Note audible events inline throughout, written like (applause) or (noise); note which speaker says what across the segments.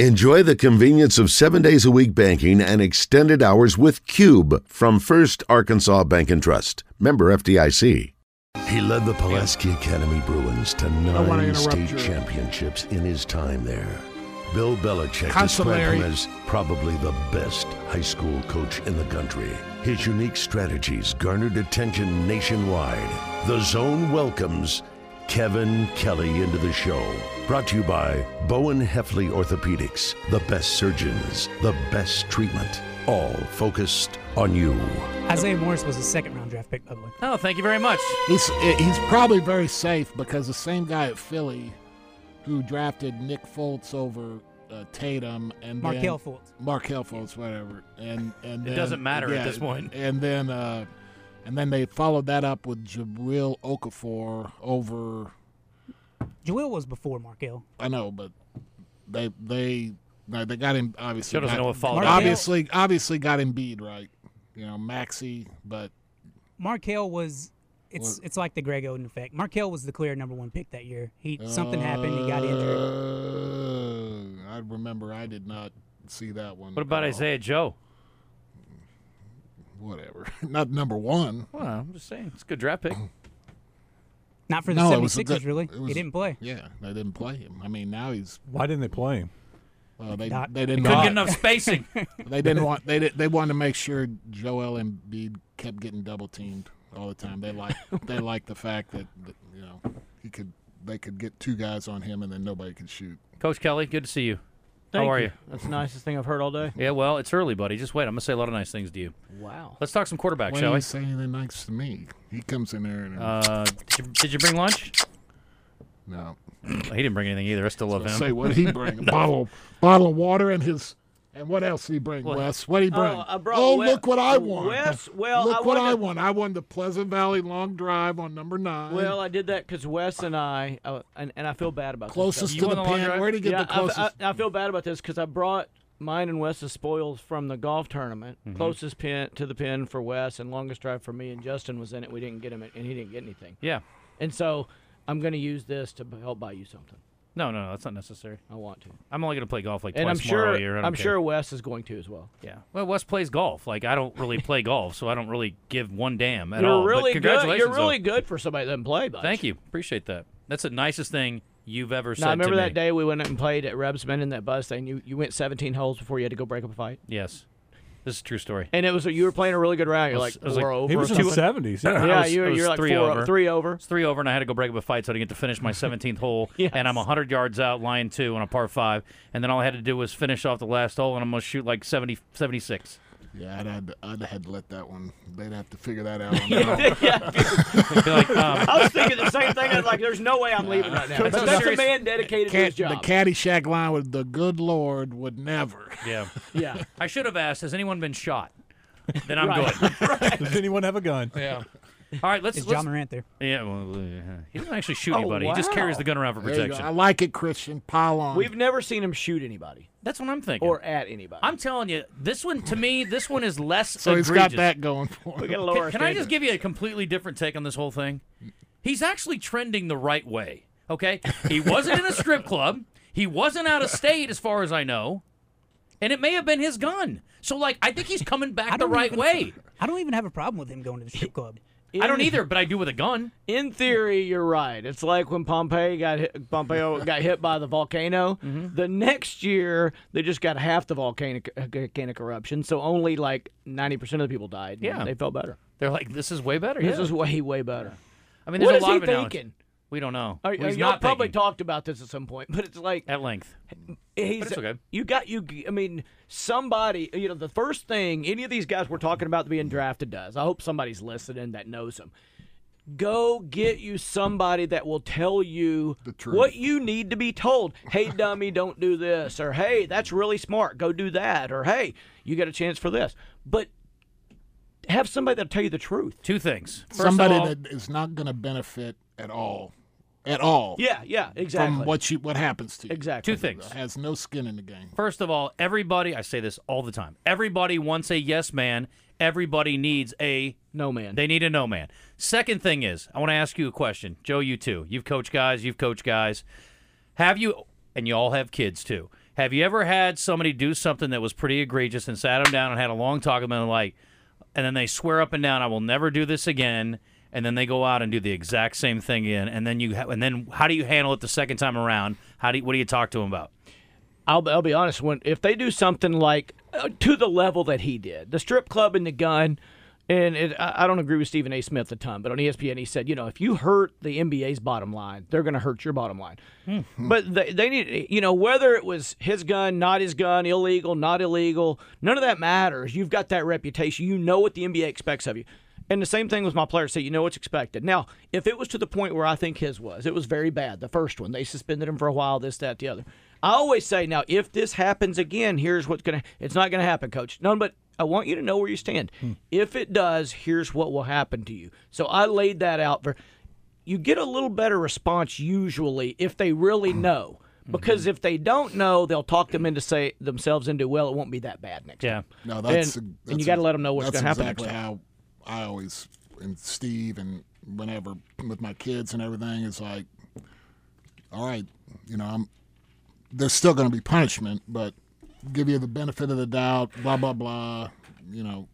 Speaker 1: Enjoy the convenience of seven days a week banking and extended hours with Cube from First Arkansas Bank and Trust. Member FDIC.
Speaker 2: He led the Pulaski Academy Bruins to
Speaker 3: don't wanna
Speaker 2: nine
Speaker 3: interrupt
Speaker 2: state
Speaker 3: your-
Speaker 2: championships in his time there. Bill Belichick is
Speaker 3: Consulary.
Speaker 2: him as probably the best high school coach in the country. His unique strategies garnered attention nationwide. The Zone welcomes Kevin Kelly into the show. Brought to you by Bowen Heffley Orthopedics, the best surgeons, the best treatment, all focused on you.
Speaker 4: Isaiah Morris was a second round draft pick, by the way.
Speaker 5: Oh, thank you very much.
Speaker 3: He's eh, he's probably very safe because the same guy at Philly who drafted Nick Foltz over uh, Tatum and then-
Speaker 4: Markel Fultz.
Speaker 3: Markel Fultz, whatever, and and
Speaker 5: It
Speaker 3: then-
Speaker 5: doesn't matter at this point.
Speaker 3: And then uh, and then they followed that up with Jabril Okafor over.
Speaker 4: Joel was before Markel.
Speaker 3: I know, but they they no, they got him obviously.
Speaker 5: Joe doesn't
Speaker 3: got-
Speaker 5: know what fall
Speaker 4: Mark-
Speaker 5: down.
Speaker 3: obviously, obviously got Embiid right. You know, Maxi, but
Speaker 4: Markel was. It's it's like the Greg Oden effect. Markel was the clear number one pick that year. He something happened. He got injured.
Speaker 3: Uh, I remember I did not see that one.
Speaker 5: What about
Speaker 3: at all.
Speaker 5: Isaiah Joe?
Speaker 3: Whatever. (laughs) not number one.
Speaker 5: Well, I'm just saying, it's a good draft pick.
Speaker 4: Not for the
Speaker 3: No, it was a
Speaker 4: 76ers,
Speaker 3: good-
Speaker 4: really.
Speaker 3: it was-
Speaker 4: he didn't play.
Speaker 3: Yeah, they didn't play him. I mean, now he's
Speaker 6: Why didn't they play him?
Speaker 3: well, they
Speaker 4: Not-
Speaker 3: they didn't
Speaker 5: Couldn't
Speaker 3: want,
Speaker 5: get (laughs) enough spacing.
Speaker 3: (laughs) they didn't want they did, they wanted to make sure Joel Embiid kept getting double teamed all the time. They
Speaker 5: (laughs)
Speaker 3: like they like the fact that, that you know he could they could get two guys on him and then nobody could shoot.
Speaker 5: Coach Kelly, good to see you.
Speaker 7: Thank
Speaker 5: How are you?
Speaker 7: That's the nicest thing I've heard all day.
Speaker 5: Yeah, well, it's early, buddy. Just wait. I'm gonna say a lot of nice things to you.
Speaker 7: Wow.
Speaker 5: Let's talk some quarterback,
Speaker 3: Why
Speaker 5: shall
Speaker 3: didn't
Speaker 5: we?
Speaker 3: you say anything nice to me? He comes in there and
Speaker 5: Uh, did, you, did you bring lunch?
Speaker 3: no.
Speaker 5: He didn't bring anything either. I still love
Speaker 3: Say
Speaker 5: him.
Speaker 3: what he (laughs) bring? A bottle, bottle of water and his, and what else he bring?
Speaker 5: What?
Speaker 3: Wes, what he bring?
Speaker 7: Oh, I brought
Speaker 3: Oh,
Speaker 7: Wes-
Speaker 3: look what I won!
Speaker 7: Wes, well,
Speaker 3: look
Speaker 7: I
Speaker 3: what I
Speaker 7: wanted-
Speaker 3: won! I won the Pleasant Valley long drive on number nine.
Speaker 7: Well, I did that because Wes and I, uh, and, and I feel bad about this.
Speaker 3: closest
Speaker 5: you
Speaker 3: to
Speaker 5: won
Speaker 3: the
Speaker 5: the long
Speaker 3: pin.
Speaker 5: drive?
Speaker 3: Where did he get
Speaker 7: yeah,
Speaker 3: the
Speaker 7: I-
Speaker 3: closest?
Speaker 7: I, I feel bad about this because I brought mine and Wes's spoils from the golf tournament.
Speaker 5: Mm-hmm.
Speaker 7: Closest pin to the pin for Wes, and longest drive for me. And Justin was in it. We didn't get him, and he didn't get anything.
Speaker 5: Yeah.
Speaker 7: And so I'm going to use this to b- help buy you something.
Speaker 5: No, no, no, that's not necessary.
Speaker 7: I want to,
Speaker 5: I'm only gonna play golf like
Speaker 7: and
Speaker 5: twice
Speaker 7: I'm
Speaker 5: more
Speaker 7: sure
Speaker 5: all year. I don't
Speaker 7: I'm
Speaker 5: care.
Speaker 7: sure Wes is going to as well.
Speaker 5: Yeah. Well, Wes plays golf. Like I don't really play golf, so I don't really give one damn at
Speaker 7: you're
Speaker 5: all. But
Speaker 7: really good.
Speaker 5: congratulations,
Speaker 7: You're
Speaker 5: though.
Speaker 7: really good for somebody that doesn't play much.
Speaker 5: Thank you. Appreciate that. That's the nicest thing you've ever said
Speaker 7: Now, I remember
Speaker 5: to
Speaker 7: that
Speaker 5: me.
Speaker 7: day we went and played at Rebsman in that bus thing. You you went 17 holes before you had to go break up a fight,
Speaker 5: Yes. This is a true story.
Speaker 7: and it was you were playing a really good round. You're
Speaker 5: was-
Speaker 7: like
Speaker 5: I was
Speaker 7: four
Speaker 5: like,
Speaker 7: over.
Speaker 6: He was in
Speaker 5: Two-
Speaker 6: the seventies. Yeah.
Speaker 7: (laughs) yeah,
Speaker 5: was-
Speaker 7: you
Speaker 5: I
Speaker 7: were
Speaker 5: was
Speaker 7: you're like
Speaker 5: three
Speaker 7: four
Speaker 5: over.
Speaker 7: three over.
Speaker 5: It's three over, and I had to go break up a fight so I didn't get to finish my 17th hole.
Speaker 7: Yes.
Speaker 5: And I'm 100 yards out, line two on a par five. And then all I had to do was finish off the last hole, and I'm going to shoot like 70, 76.
Speaker 3: yeah, I'd, I'd I'd had to let that one. They'd have to figure that out. On
Speaker 7: (laughs)
Speaker 3: their own.
Speaker 5: I'd be like, um,
Speaker 7: I was thinking the same thing. I was like, "There's no way I'm
Speaker 5: (laughs)
Speaker 7: leaving right now." But
Speaker 5: I'm
Speaker 7: that's
Speaker 5: serious.
Speaker 7: a man dedicated to
Speaker 3: Cat,
Speaker 7: his
Speaker 3: the
Speaker 7: job.
Speaker 3: Caddyshack line with the good Lord would never.
Speaker 5: yeah.
Speaker 7: yeah,
Speaker 5: I should have asked, has anyone been shot? Then I'm
Speaker 7: Right.
Speaker 5: good.
Speaker 6: Does anyone have a gun?
Speaker 5: Yeah. All right, let's.
Speaker 4: Is
Speaker 5: let's
Speaker 4: John Morant there?
Speaker 5: yeah, well, uh, he doesn't actually shoot
Speaker 7: Oh,
Speaker 5: anybody. He just
Speaker 7: wow.
Speaker 5: carries the gun around for
Speaker 3: There you go. I
Speaker 5: protection.
Speaker 3: like it, Christian. Pile on.
Speaker 7: we've never seen him shoot anybody
Speaker 5: That's what I'm thinking.
Speaker 7: or at anybody.
Speaker 5: I'm telling you, this one to me, this one is less.
Speaker 3: so he's got
Speaker 5: egregious.
Speaker 3: that going for
Speaker 7: we
Speaker 3: him.
Speaker 7: got to
Speaker 5: Can-
Speaker 7: lower.
Speaker 5: Can, I just give you a completely different take on this whole thing? He's actually trending the right way. Okay, he wasn't in a strip club. He wasn't out of state, as far as I know, and it may have been his gun. So, like, I think he's coming back the
Speaker 4: don't
Speaker 5: right
Speaker 4: even-
Speaker 5: way.
Speaker 4: I don't even have a problem with him going to the
Speaker 3: (laughs)
Speaker 4: strip club.
Speaker 5: I don't either, but I do with a gun.
Speaker 7: In theory, you're right. It's like when Pompeii got hit, Pompeo
Speaker 5: (laughs)
Speaker 7: got hit by the volcano.
Speaker 5: Mm-hmm.
Speaker 7: The next year, they just got half the volcanic volcanic eruption, so only like 90% of the people died. and
Speaker 5: Yeah.
Speaker 7: they felt better.
Speaker 5: They're like, this is way better.
Speaker 7: This
Speaker 5: Yeah.
Speaker 7: is way way better.
Speaker 5: I mean, there's
Speaker 7: What
Speaker 5: a
Speaker 7: is
Speaker 5: lot
Speaker 7: he
Speaker 5: of analogies.
Speaker 7: thinking?
Speaker 5: We don't know.
Speaker 7: Are,
Speaker 5: Well, he's
Speaker 7: y'all
Speaker 5: not
Speaker 7: probably
Speaker 5: thinking.
Speaker 7: talked about this at some point, but it's like
Speaker 5: at length.
Speaker 7: he's
Speaker 5: it's okay.
Speaker 7: you got you. I mean, somebody. You know, the first thing any of these guys we're talking about being drafted does. I hope somebody's listening that knows them. Go get you somebody that will tell you
Speaker 3: truth.
Speaker 7: what you need to be told. Hey, dummy, don't do this. Or hey, that's really smart. Go do that. Or hey, you got a chance for this. But have somebody that'll tell you the truth.
Speaker 5: Two things. First of
Speaker 3: Somebody
Speaker 5: all-
Speaker 3: that is not going to benefit at all, at all
Speaker 7: Yeah, yeah, exactly.
Speaker 3: from what you what happens to you.
Speaker 7: exactly.
Speaker 5: Two things.
Speaker 3: Has no skin in the game.
Speaker 5: First of all, everybody, I say this all the time. Everybody wants a yes man. Everybody needs a
Speaker 7: No man.
Speaker 5: They need a no man. Second thing is, I want to ask you a question. Joe, you too. You've coached guys, you've coached guys. Have you, and you all have kids too, Have you ever had somebody do something that was pretty egregious and sat them down and had a long talk about it, like, and then they swear up and down, I will never do this again, and then they go out and do the exact same thing again, and then you ha- and then how do you handle it the second time around? How do you, what do you talk to them about?
Speaker 7: I'll, I'll be honest. When if they do something like uh, to the level that he did, the strip club and the gun, and it, I, I don't agree with Stephen A. Smith a ton, but on E ESPN he said, you know, if you hurt the NBA's bottom line, they're going to hurt your bottom line. (laughs) but they, they need, you know, whether it was his gun, not his gun, illegal, not illegal, none of that matters. You've got that reputation. You know what the NBA expects of you. And the same thing with my players. Say, you know what's expected. Now, if it was to the point where I think his was, it was very bad. The first one, they suspended him for a while. This, that, the other. I always say, now, if this happens again, here's what's gonna. It's not gonna happen, coach. No, but I want you to know where you stand.
Speaker 5: Hmm.
Speaker 7: If it does, here's what will happen to you. So I laid that out for. You get a little better response usually if they really
Speaker 5: Hmm.
Speaker 7: know,
Speaker 5: Mm-hmm.
Speaker 7: because if they don't know, they'll talk them into say themselves into well, it won't be that bad next.
Speaker 5: Yeah.
Speaker 7: time.
Speaker 3: No, that's,
Speaker 7: and,
Speaker 3: that's
Speaker 7: and you got to let them know what's
Speaker 3: that's
Speaker 7: going to happen
Speaker 3: exactly
Speaker 7: next time.
Speaker 3: how I always and Steve and whenever with my kids and everything, it's like, all right, you know, I'm there's still going to be punishment, but give you the benefit of the doubt, blah blah blah, you know.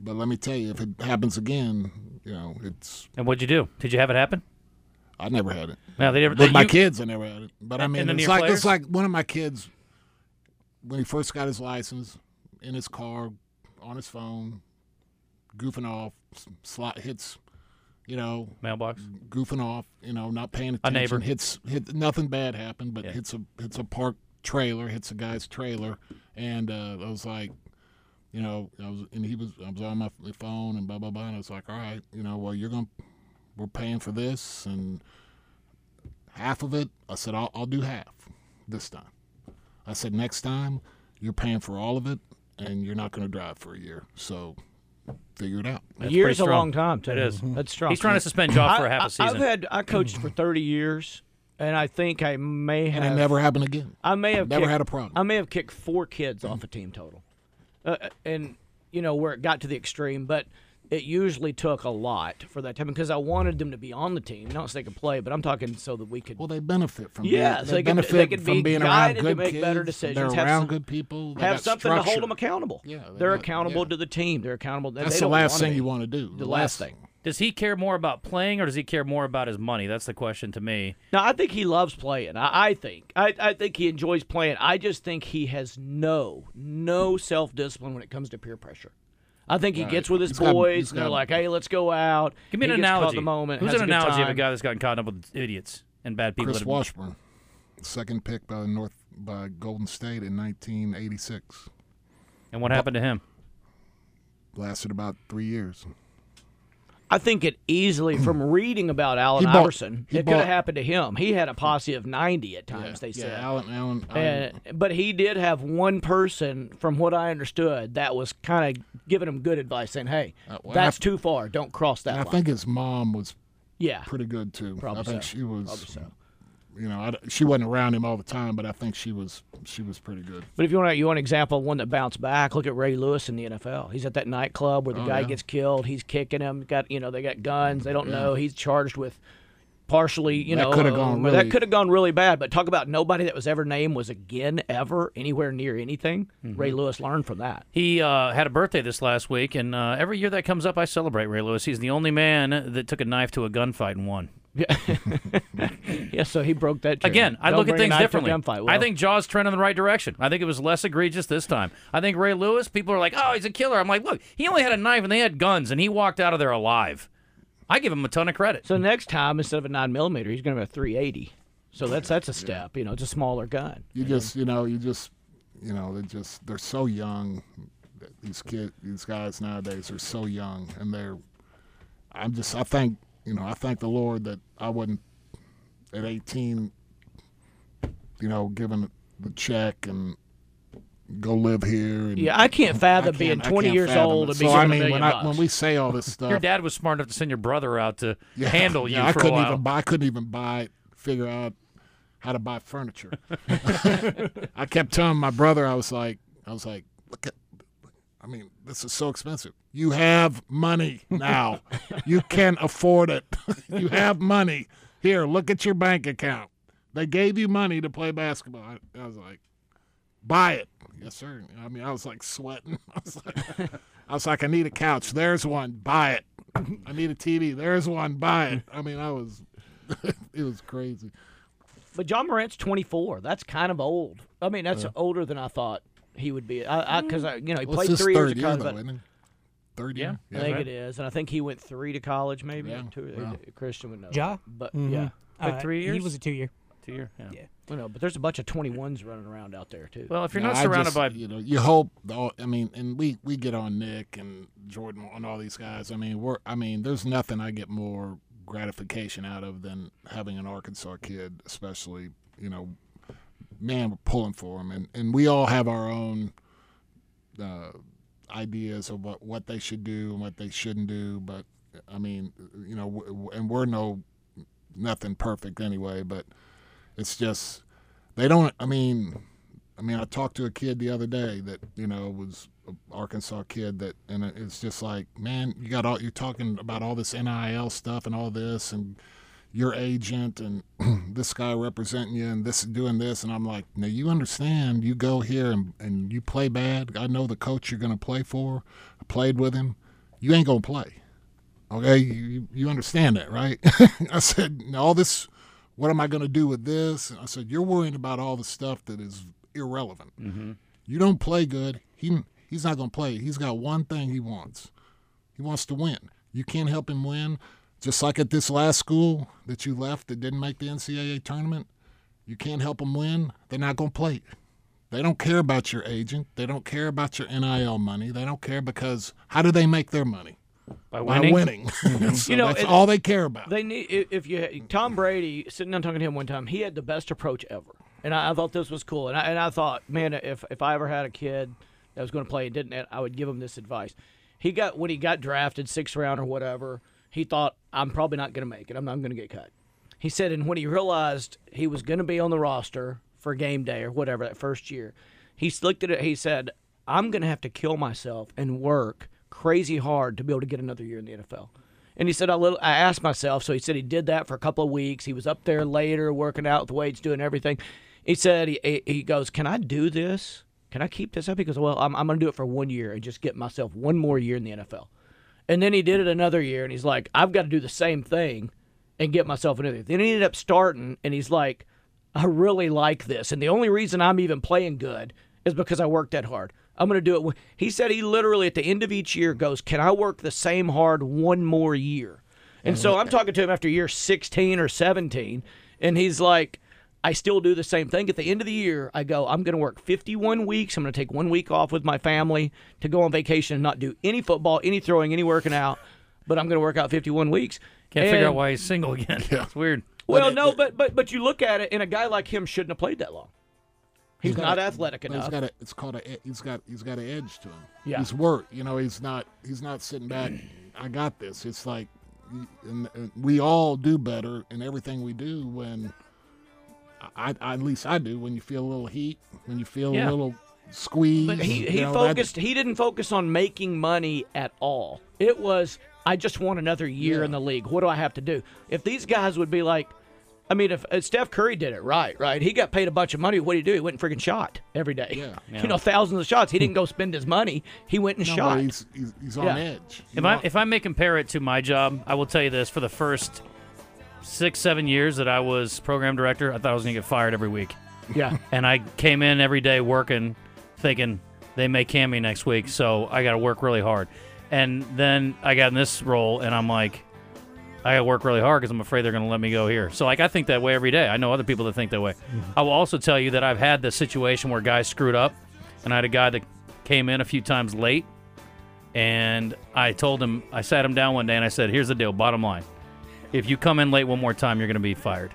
Speaker 3: But let me tell you, if it happens again, you know, it's
Speaker 5: And what'd you do? Did you have it happen?
Speaker 3: I never had it.
Speaker 5: No, they never.
Speaker 3: With
Speaker 5: they-
Speaker 3: my
Speaker 5: you-
Speaker 3: kids, I never had it. But I
Speaker 5: And-
Speaker 3: mean,
Speaker 5: and then
Speaker 3: it's
Speaker 5: your
Speaker 3: like
Speaker 5: players?
Speaker 3: it's like one of my kids when he first got his license in his car on his phone, goofing off, s- slot hits, you know,
Speaker 5: mailbox.
Speaker 3: goofing off, you know, not paying attention.
Speaker 5: neighbor.
Speaker 3: hits hit nothing bad happened, but
Speaker 5: Yeah.
Speaker 3: hits a hits a park trailer, hits a guy's trailer, and uh, I was like, you know, I was and he was I was on my f- phone and blah blah blah, and I was like, all right, you know, well you're gonna we're paying for this and half of it. I said I'll, I'll do half this time. I said next time you're paying for all of it and you're not gonna drive for a year, so figure it out.
Speaker 5: That's
Speaker 7: Year's
Speaker 5: pretty
Speaker 7: a
Speaker 5: strong.
Speaker 7: long time. Too.
Speaker 5: It is.
Speaker 7: That's strong.
Speaker 5: He's trying to suspend Joff for
Speaker 7: I-
Speaker 5: a half
Speaker 7: I-
Speaker 5: a season.
Speaker 7: I've had I coached
Speaker 5: (clears throat)
Speaker 7: for 30 years, and I think I may have
Speaker 3: And it never happened again.
Speaker 7: I may have
Speaker 3: never
Speaker 7: kicked-
Speaker 3: had a problem.
Speaker 7: I may have kicked four kids off a team total, uh, and you know where it got to the extreme, but. It usually took a lot for that to happen because I wanted them to be on the team, not so they could play, but I'm talking so that we could.
Speaker 3: Well, they benefit from
Speaker 7: Yeah,
Speaker 3: being,
Speaker 7: so
Speaker 3: they,
Speaker 7: they could-
Speaker 3: benefit
Speaker 7: they could
Speaker 3: from
Speaker 7: be
Speaker 3: being around
Speaker 7: guided to
Speaker 3: good
Speaker 7: make
Speaker 3: kids.
Speaker 7: better
Speaker 3: They're
Speaker 7: decisions, have
Speaker 3: around
Speaker 7: some-
Speaker 3: good people. They
Speaker 7: have
Speaker 3: got
Speaker 7: something to hold
Speaker 3: structure.
Speaker 7: them accountable.
Speaker 3: Yeah, they
Speaker 7: they're
Speaker 3: got-
Speaker 7: accountable
Speaker 3: yeah.
Speaker 7: to the team. They're accountable. they
Speaker 3: That's the
Speaker 7: don't
Speaker 3: last
Speaker 7: wanna
Speaker 3: thing
Speaker 7: be.
Speaker 3: you want to do.
Speaker 7: The last thing.
Speaker 5: Does he care more about playing or does he care more about his money? That's the question to me.
Speaker 7: No, I think he loves playing. I, I think. I, I think he enjoys playing. I just think he has no, no self discipline when it comes to peer pressure. I think he gets with his
Speaker 3: He's got-
Speaker 7: boys
Speaker 3: he's
Speaker 7: and they're
Speaker 3: got-
Speaker 7: like, hey, let's go out.
Speaker 5: Give me
Speaker 7: He
Speaker 5: an
Speaker 7: gets caught in
Speaker 5: analogy.
Speaker 7: The moment,
Speaker 5: Who's
Speaker 7: has
Speaker 5: an
Speaker 7: a good
Speaker 5: analogy of a
Speaker 7: time.
Speaker 5: guy that's gotten caught up with idiots and bad people?
Speaker 3: Chris
Speaker 5: that-
Speaker 3: Washburn, second pick by the North by Golden State in 1986,
Speaker 5: and what happened to him?
Speaker 3: lasted about three years.
Speaker 7: I think it
Speaker 3: (clears throat)
Speaker 7: easily from reading about Allen
Speaker 3: He bought-
Speaker 7: Iverson,
Speaker 3: he
Speaker 7: it could have
Speaker 3: bought-
Speaker 7: happened to him. He had a posse of ninety at times. They
Speaker 3: yeah,
Speaker 7: said. Eh,
Speaker 3: Allen, Allen, Allen-
Speaker 7: And, but he did have one person, from what I understood, that was kind of giving him good advice, saying, "Hey,
Speaker 3: Uh, well,
Speaker 7: that's
Speaker 3: I-
Speaker 7: too far. Don't cross that
Speaker 3: and I
Speaker 7: line."
Speaker 3: think his mom was
Speaker 7: yeah,
Speaker 3: pretty good too.
Speaker 7: Probably
Speaker 3: I think
Speaker 7: so.
Speaker 3: she was.
Speaker 7: Probably so.
Speaker 3: You know, I d she wasn't around him all the time, but I think she was. She was pretty good.
Speaker 7: But if you want, you want an example of one that bounced back. Look at Ray Lewis in the NFL. He's at that nightclub
Speaker 5: Oh,
Speaker 7: where the guy gets killed. He's kicking him. Got you know they got guns. They don't know. He's charged with partially. You
Speaker 3: That
Speaker 7: know
Speaker 3: coulda
Speaker 7: uh,
Speaker 3: gone
Speaker 7: that
Speaker 3: really-
Speaker 7: could have gone really bad. But talk about nobody that was ever named was again ever anywhere near anything.
Speaker 5: Mm-hmm.
Speaker 7: Ray Lewis learned from that. (laughs)
Speaker 5: He uh, had a birthday this last week, and uh, every year that comes up, I celebrate Ray Lewis. He's the only man that took a knife to a gunfight and won.
Speaker 7: Yeah, so he broke that. trend.
Speaker 5: Again, I
Speaker 7: Don't
Speaker 5: look at
Speaker 7: bring a
Speaker 5: things
Speaker 7: knife to a
Speaker 5: differently.
Speaker 7: gunfight.
Speaker 5: I
Speaker 7: Well,
Speaker 5: think Jaws trend in the right direction. I think it was less egregious this time. I think Ray Lewis, people are like, oh, he's a killer. I'm like, look, he only had a knife and they had guns, and he walked out of there alive. I give him a ton of credit.
Speaker 7: so. Next time, instead of a nine millimeter, he's going to have a three eighty. So that's that's a step. You know, it's a smaller gun.
Speaker 3: You just, you know, you just, you know, they just, they're so young. These kid, these guys nowadays are so young, and they're. I'm just, I thank, you know, I thank the Lord that I wasn't at 18. You know, given the check and go live here. And
Speaker 7: Yeah, I can't fathom
Speaker 3: I
Speaker 7: being
Speaker 3: can't- I
Speaker 7: 20
Speaker 3: can't
Speaker 7: years
Speaker 3: fathom
Speaker 7: old
Speaker 3: it.
Speaker 7: and be
Speaker 3: so I
Speaker 7: given a
Speaker 3: mean,
Speaker 7: million
Speaker 3: when
Speaker 7: bucks.
Speaker 3: I when we say all
Speaker 7: (laughs)
Speaker 3: this stuff,
Speaker 5: Your dad was smart enough to send your brother out to
Speaker 3: yeah,
Speaker 5: handle you
Speaker 3: yeah, I
Speaker 5: for a
Speaker 3: couldn't
Speaker 5: while.
Speaker 3: even buy. I couldn't even buy. Figure out how to buy furniture.
Speaker 5: (laughs)
Speaker 3: I kept telling my brother, I was like, I was like, look at, I mean, this is so expensive. You have money now. you can afford it. (laughs) you have money. Here, look at your bank account. They gave you money to play basketball. I, I was like, buy it. Yes, sir. I mean, I was like sweating. (laughs) I was like, I was like, I need a couch. There's one. Buy it. (laughs) I need a TV. There's one. Buy it. I mean, I was, (laughs) it was crazy.
Speaker 7: But John Morant's 24. That's kind of old. I mean, that's older than I thought he would be. I because I, you know he
Speaker 3: Well, it's
Speaker 7: played
Speaker 3: his
Speaker 7: three years
Speaker 3: third
Speaker 7: of
Speaker 3: year,
Speaker 7: college.
Speaker 3: though,
Speaker 7: but
Speaker 3: isn't it? Third
Speaker 5: Yeah.
Speaker 3: year.
Speaker 7: I think it is, and I think he went three to college, maybe
Speaker 3: Yeah,
Speaker 7: or two.
Speaker 3: wow.
Speaker 7: Christian would know.
Speaker 4: Ja?
Speaker 7: that. but yeah,
Speaker 5: Like Mm-hmm. three
Speaker 4: Uh, He
Speaker 5: years?
Speaker 4: was a two year.
Speaker 5: Two year. Yeah.
Speaker 7: well, no, but there's a bunch of 21s running around out there too.
Speaker 5: Well, if you're
Speaker 3: No,
Speaker 5: not
Speaker 3: I
Speaker 5: surrounded
Speaker 3: just-
Speaker 5: by
Speaker 3: you know, you hope. the all- I mean, and we we get on Nick and Jordan and all these guys. I mean, we're. I mean, there's nothing I get more gratification out of than having an Arkansas kid, especially you know, man, we're pulling for him, and and we all have our own. Uh, ideas of what, what they should do and what they shouldn't do but i mean you know w- w- and we're no nothing perfect anyway but it's just they don't i mean I mean, I talked to a kid the other day that you know was an Arkansas kid that, and it- it's just like, man, you got all you're talking about all this NIL stuff and all this, and your agent and (clears throat) this guy representing you and this doing this, and I'm like, now you understand? You go here and and you play bad. I know the coach you're going to play for. I played with him. You ain't going to play. Okay, you, you- you understand that, right? (laughs) I said, "Now, all this, what am I going to do with this? And I said, you're worrying about all the stuff that is irrelevant. You don't play good. He he's not going to play. He's got one thing he wants. He wants to win. You can't help him win. Just like at this last school that you left that didn't make the NCAA tournament, you can't help them win. They're not going to play. They don't care about your agent. They don't care about your NIL money. They don't care because how do they make their money?
Speaker 5: by
Speaker 3: by (laughs)
Speaker 5: winning.
Speaker 3: winning. So
Speaker 7: You know,
Speaker 3: that's
Speaker 7: it-
Speaker 3: all they care about.
Speaker 7: They need i- if you Tom Brady sitting down talking to him one time. He had the best approach ever, and I, I thought this was cool. And I, and I thought, man, if if I ever had a kid that was going to play and didn't, I would give him this advice. He got when he got drafted sixth round or whatever. He thought I'm probably not going to make it. I'm not going to get cut. He said, and when he realized he was going to be on the roster for game day or whatever that first year, he looked at it. He said, I'm going to have to kill myself and work crazy hard to be able to get another year in the NFL. And he said, I, little, I asked myself. So he said he did that for a couple of weeks. He was up there later working out with weights, doing everything. He said, he, he- he goes, Can I do this? Can I keep this up? He goes, Well, I'm, I'm going to do it for one year and just get myself one more year in the NFL. And then he did it another year, and he's like, I've got to do the same thing and get myself another. Then he ended up starting, and he's like, I really like this, and the only reason I'm even playing good is because I worked that hard. I'm going to do it. wi- He said he literally at the end of each year goes, "Can I work the same hard one more year?" And so I'm talking to him after year 16 or 17, and he's like, I still do the same thing. At the end of the year, I go, I'm going to work 51 weeks. I'm going to take one week off with my family to go on vacation and not do any football, any throwing, any working out, but I'm going to work out 51 weeks.
Speaker 5: Can't figure out
Speaker 7: And-
Speaker 5: why he's single again. It's weird.
Speaker 7: Well, no, but, but but you look at it, and a guy like him shouldn't have played that long. He's,
Speaker 3: got
Speaker 7: not
Speaker 3: a-
Speaker 7: athletic
Speaker 3: But he's
Speaker 7: enough.
Speaker 3: got a, it's called a, e, he's got, he's got an edge to him.
Speaker 7: Yeah.
Speaker 3: He's work, you know, he's not, he's not sitting back. I got this. It's like, and, and we all do better in everything we do when, I, I, at least I do, when you feel a little heat, when you feel
Speaker 5: Yeah.
Speaker 3: a little squeeze.
Speaker 7: But he,
Speaker 3: you
Speaker 7: he
Speaker 3: know, that-
Speaker 7: focused. He didn't focus on making money at all. It was I just want another year in the league. What do I have to do? If these guys would be like, I mean, if, if Steph Curry did it right, right, he got paid a bunch of money. What did he do? He went and freaking shot every day.
Speaker 3: Yeah.
Speaker 7: (laughs) You know, thousands of shots. He didn't go spend his money. He went and
Speaker 3: no, but
Speaker 7: shot.
Speaker 3: He's, he's, he's on
Speaker 7: Yeah.
Speaker 3: edge.
Speaker 5: If I if I may compare it to my job, I will tell you this: for the first six seven years that I was program director, I thought I was going to get fired every week,
Speaker 7: (laughs) Yeah.
Speaker 5: and I came in every day working, thinking they may can me next week, so I got to work really hard. And then I got in this role, and I'm like, I got to work really hard because I'm afraid they're going to let me go here. So like I think that way every day. I know other people that think that way. I will also tell you that I've had the situation where guys screwed up, and I had a guy that came in a few times late and I told him, I sat him down one day and I said, "Here's the deal. Bottom line, if you come in late one more time, you're going to be fired."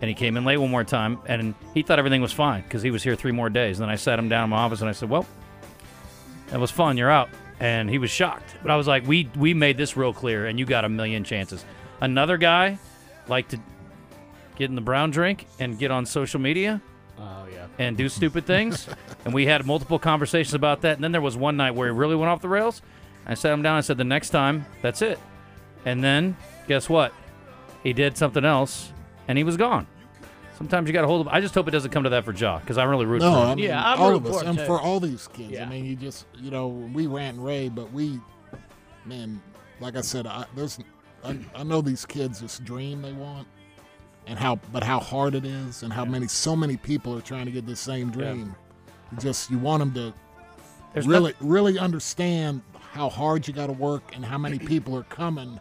Speaker 5: And he came in late one more time, and he thought everything was fine because he was here three more days. And then I sat him down in my office and I said, "Well, that was fun. You're out." And he was shocked, but I was like, "We we made this real clear, and you got a million chances." Another guy liked to get in the brown drink and get on social media
Speaker 7: Oh yeah.
Speaker 5: and
Speaker 7: (laughs)
Speaker 5: do stupid things. and we had multiple conversations about that. And then there was one night where he really went off the rails. I sat him down. I said, "The next time, that's it." And then guess what? He did something else, and he was gone. Sometimes you got to hold them. I just hope it doesn't come to that for Ja because I'm really rooting
Speaker 3: No,
Speaker 5: for him.
Speaker 3: I mean,
Speaker 7: Yeah, I'm
Speaker 3: all of
Speaker 7: rooting
Speaker 3: us.
Speaker 7: for it,
Speaker 3: and
Speaker 7: too.
Speaker 3: for all these kids.
Speaker 7: Yeah.
Speaker 3: I mean, you just, you know, we rant and rave, but we, man, like I said, I, there's, I, I know these kids this dream they want, and how, but how hard it is, and how many, so many people are trying to get this same dream. You just, you want them to
Speaker 5: There's no-
Speaker 3: really, really understand how hard you got to work and how many people are coming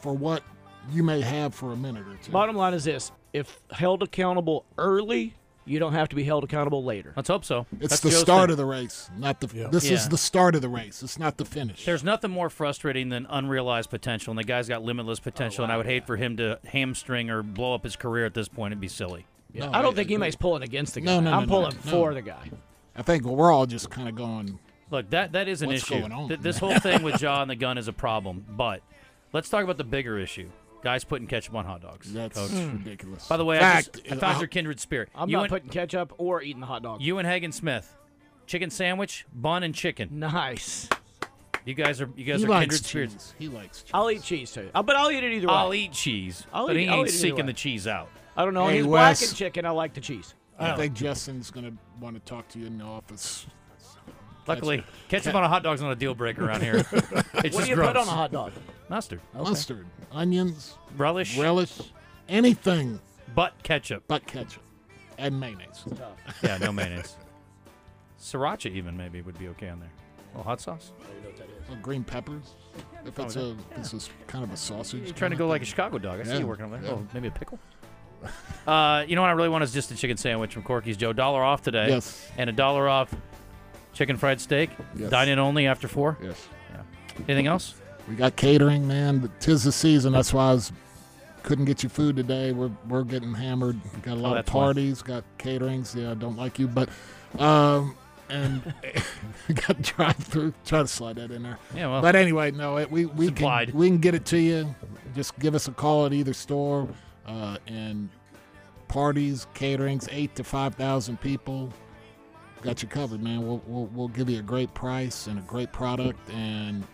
Speaker 3: for what you may have for a minute or two.
Speaker 7: Bottom line is this: if held accountable early, you don't have to be held accountable later.
Speaker 5: Let's hope so.
Speaker 3: It's
Speaker 5: That's
Speaker 3: the
Speaker 5: Joe's
Speaker 3: start
Speaker 5: thing.
Speaker 3: of the race, not the.
Speaker 6: Yeah.
Speaker 3: This
Speaker 5: Yeah.
Speaker 3: is the start of the race. It's not the finish.
Speaker 5: There's nothing more frustrating than unrealized potential, and the guy's got limitless potential, and I would hate for him to hamstring or blow up his career at this point. It'd be silly.
Speaker 3: No,
Speaker 7: I don't think anybody's pulling against the guy.
Speaker 3: No, no, no,
Speaker 7: I'm
Speaker 3: no,
Speaker 7: pulling
Speaker 3: no.
Speaker 7: for the guy.
Speaker 3: I think we're all just kind of going.
Speaker 5: Look, that that is an
Speaker 3: What's
Speaker 5: issue.
Speaker 3: going on?
Speaker 5: Th- this whole thing
Speaker 7: (laughs)
Speaker 5: with Jaw and the gun is a problem. But let's talk about the bigger issue: guys putting ketchup on hot dogs.
Speaker 3: That's
Speaker 5: Coach.
Speaker 3: ridiculous.
Speaker 5: By the way,
Speaker 3: Fact,
Speaker 5: I, just, I
Speaker 3: uh,
Speaker 5: found your kindred spirit.
Speaker 7: I'm
Speaker 5: you
Speaker 7: not
Speaker 5: and,
Speaker 7: putting ketchup or eating the hot dog.
Speaker 5: you and Hagen Smith, chicken sandwich, bun and chicken.
Speaker 7: nice.
Speaker 5: You guys are you guys
Speaker 3: he
Speaker 5: are
Speaker 3: likes
Speaker 5: kindred
Speaker 3: cheese.
Speaker 5: spirits.
Speaker 3: He likes cheese.
Speaker 7: I'll eat cheese too, Uh, but I'll eat it either way.
Speaker 5: I'll eat cheese,
Speaker 7: I'll
Speaker 5: but
Speaker 7: eat-
Speaker 5: he
Speaker 7: I'll
Speaker 5: ain't
Speaker 7: eat it either
Speaker 5: seeking
Speaker 7: way.
Speaker 5: the cheese out.
Speaker 7: I don't know.
Speaker 3: Hey,
Speaker 7: He's
Speaker 3: Wes.
Speaker 7: black and chicken. I like the cheese.
Speaker 3: I think Justin's gonna want to talk to you in the office.
Speaker 5: Luckily, ketchup on a hot dog's not a deal breaker around
Speaker 7: (laughs)
Speaker 5: here. It's
Speaker 7: What
Speaker 5: just
Speaker 7: do you
Speaker 5: gross.
Speaker 7: put on a
Speaker 5: (laughs)
Speaker 7: hot dog?
Speaker 5: Mustard,
Speaker 3: Mustard, onions,
Speaker 5: relish,
Speaker 3: relish, anything
Speaker 5: but ketchup.
Speaker 3: but ketchup and mayonnaise.
Speaker 5: Yeah, no mayonnaise. (laughs) Sriracha even maybe would be okay on there. Oh, hot sauce.
Speaker 3: Or green peppers. If
Speaker 5: Oh,
Speaker 3: it's a, this is kind of a sausage.
Speaker 5: You're trying
Speaker 3: kinda
Speaker 5: to go like a
Speaker 3: thing.
Speaker 5: Chicago dog. I see
Speaker 3: Yeah,
Speaker 5: you working over there.
Speaker 3: yeah.
Speaker 5: Oh, maybe a pickle. (laughs) uh, you know what I really want is just a chicken sandwich from Corky's Joe. Dollar off today.
Speaker 3: Yes.
Speaker 5: And a dollar off chicken fried steak.
Speaker 3: Yes.
Speaker 5: Dine in only after four.
Speaker 3: Yes.
Speaker 5: Anything else?
Speaker 3: We got catering, man. But tis the season. That's why I was, couldn't get you food today. We're we're getting hammered. We got a lot of
Speaker 5: Oh, that's why.
Speaker 3: parties. Got caterings. Yeah, I don't like you, but um, and (laughs) we got drive through. Try to slide that in there.
Speaker 5: Yeah, well,
Speaker 3: But anyway, no, it, we we
Speaker 5: It's implied.
Speaker 3: can we can get it to you. Just give us a call at either store, uh, and parties, caterings, eight to five thousand people. Got you covered, man. We'll, we'll we'll give you a great price and a great product, and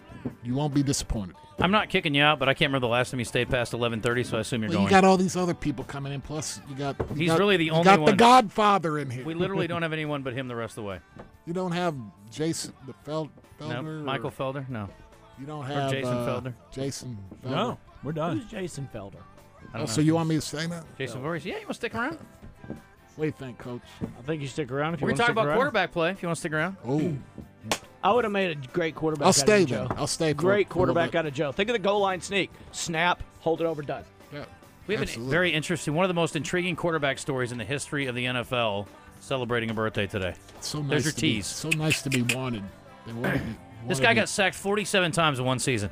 Speaker 3: you won't be disappointed.
Speaker 5: I'm not kicking you out, but I can't remember the last time you stayed past 11:30, so I assume you're
Speaker 3: Well, you
Speaker 5: going.
Speaker 3: got all these other people coming in. Plus, you got you
Speaker 5: He's
Speaker 3: got-
Speaker 5: really the
Speaker 3: you
Speaker 5: only
Speaker 3: got
Speaker 5: one.
Speaker 3: the Godfather in here.
Speaker 5: we literally don't have anyone but him the rest of the way.
Speaker 3: you don't have Jason the Feld,
Speaker 5: No,
Speaker 3: Felder. or-
Speaker 5: Michael Felder? No.
Speaker 3: You don't have
Speaker 5: Jason
Speaker 3: uh,
Speaker 5: Felder.
Speaker 3: Jason. Felder.
Speaker 6: No, we're
Speaker 7: Who's
Speaker 6: done.
Speaker 7: Jason Felder?
Speaker 5: I
Speaker 3: Oh,
Speaker 5: don't
Speaker 3: so
Speaker 5: know.
Speaker 3: you want me to say that?
Speaker 5: Jason Voorhees? Yeah, you want to stick around?
Speaker 3: What do you think, Coach?
Speaker 7: I think you stick around if you
Speaker 5: We're
Speaker 7: want
Speaker 5: gonna talk
Speaker 7: to stick
Speaker 5: about
Speaker 7: around.
Speaker 5: quarterback play. If you want to stick around,
Speaker 3: Oh,
Speaker 7: I would have made a great quarterback.
Speaker 3: I'll
Speaker 7: out of
Speaker 3: stay
Speaker 7: you,
Speaker 3: then.
Speaker 7: Joe.
Speaker 3: I'll stay. for a
Speaker 7: Great
Speaker 3: little
Speaker 7: quarterback
Speaker 3: bit.
Speaker 7: out of Joe. Think of the goal line sneak. Snap, hold it over, done.
Speaker 3: Yeah,
Speaker 5: we have a
Speaker 3: absolutely.
Speaker 5: very interesting, one of the most intriguing quarterback stories in the history of the NFL, celebrating a birthday today.
Speaker 3: so nice
Speaker 5: there's your
Speaker 3: to be-
Speaker 5: tease.
Speaker 3: So nice to be wanted. They wanted me-
Speaker 5: This
Speaker 3: wanted
Speaker 5: guy
Speaker 3: me.
Speaker 5: got sacked 47 times in one season,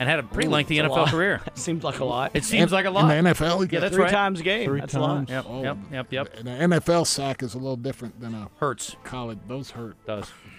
Speaker 5: and had a pretty lengthy
Speaker 7: That's a
Speaker 5: NFL
Speaker 7: lot.
Speaker 5: career.
Speaker 7: That (laughs) seems like a lot.
Speaker 5: It seems like a lot.
Speaker 3: in the NFL. he
Speaker 5: yeah,
Speaker 3: got-
Speaker 5: that's
Speaker 7: three
Speaker 5: right.
Speaker 7: times a game.
Speaker 6: Three
Speaker 7: That's a lot.
Speaker 6: times.
Speaker 5: Yep,
Speaker 3: Oh.
Speaker 5: yep, yep, yep.
Speaker 3: An NFL sack is a little different than a
Speaker 5: Hurts
Speaker 3: college. Those hurt.
Speaker 5: does.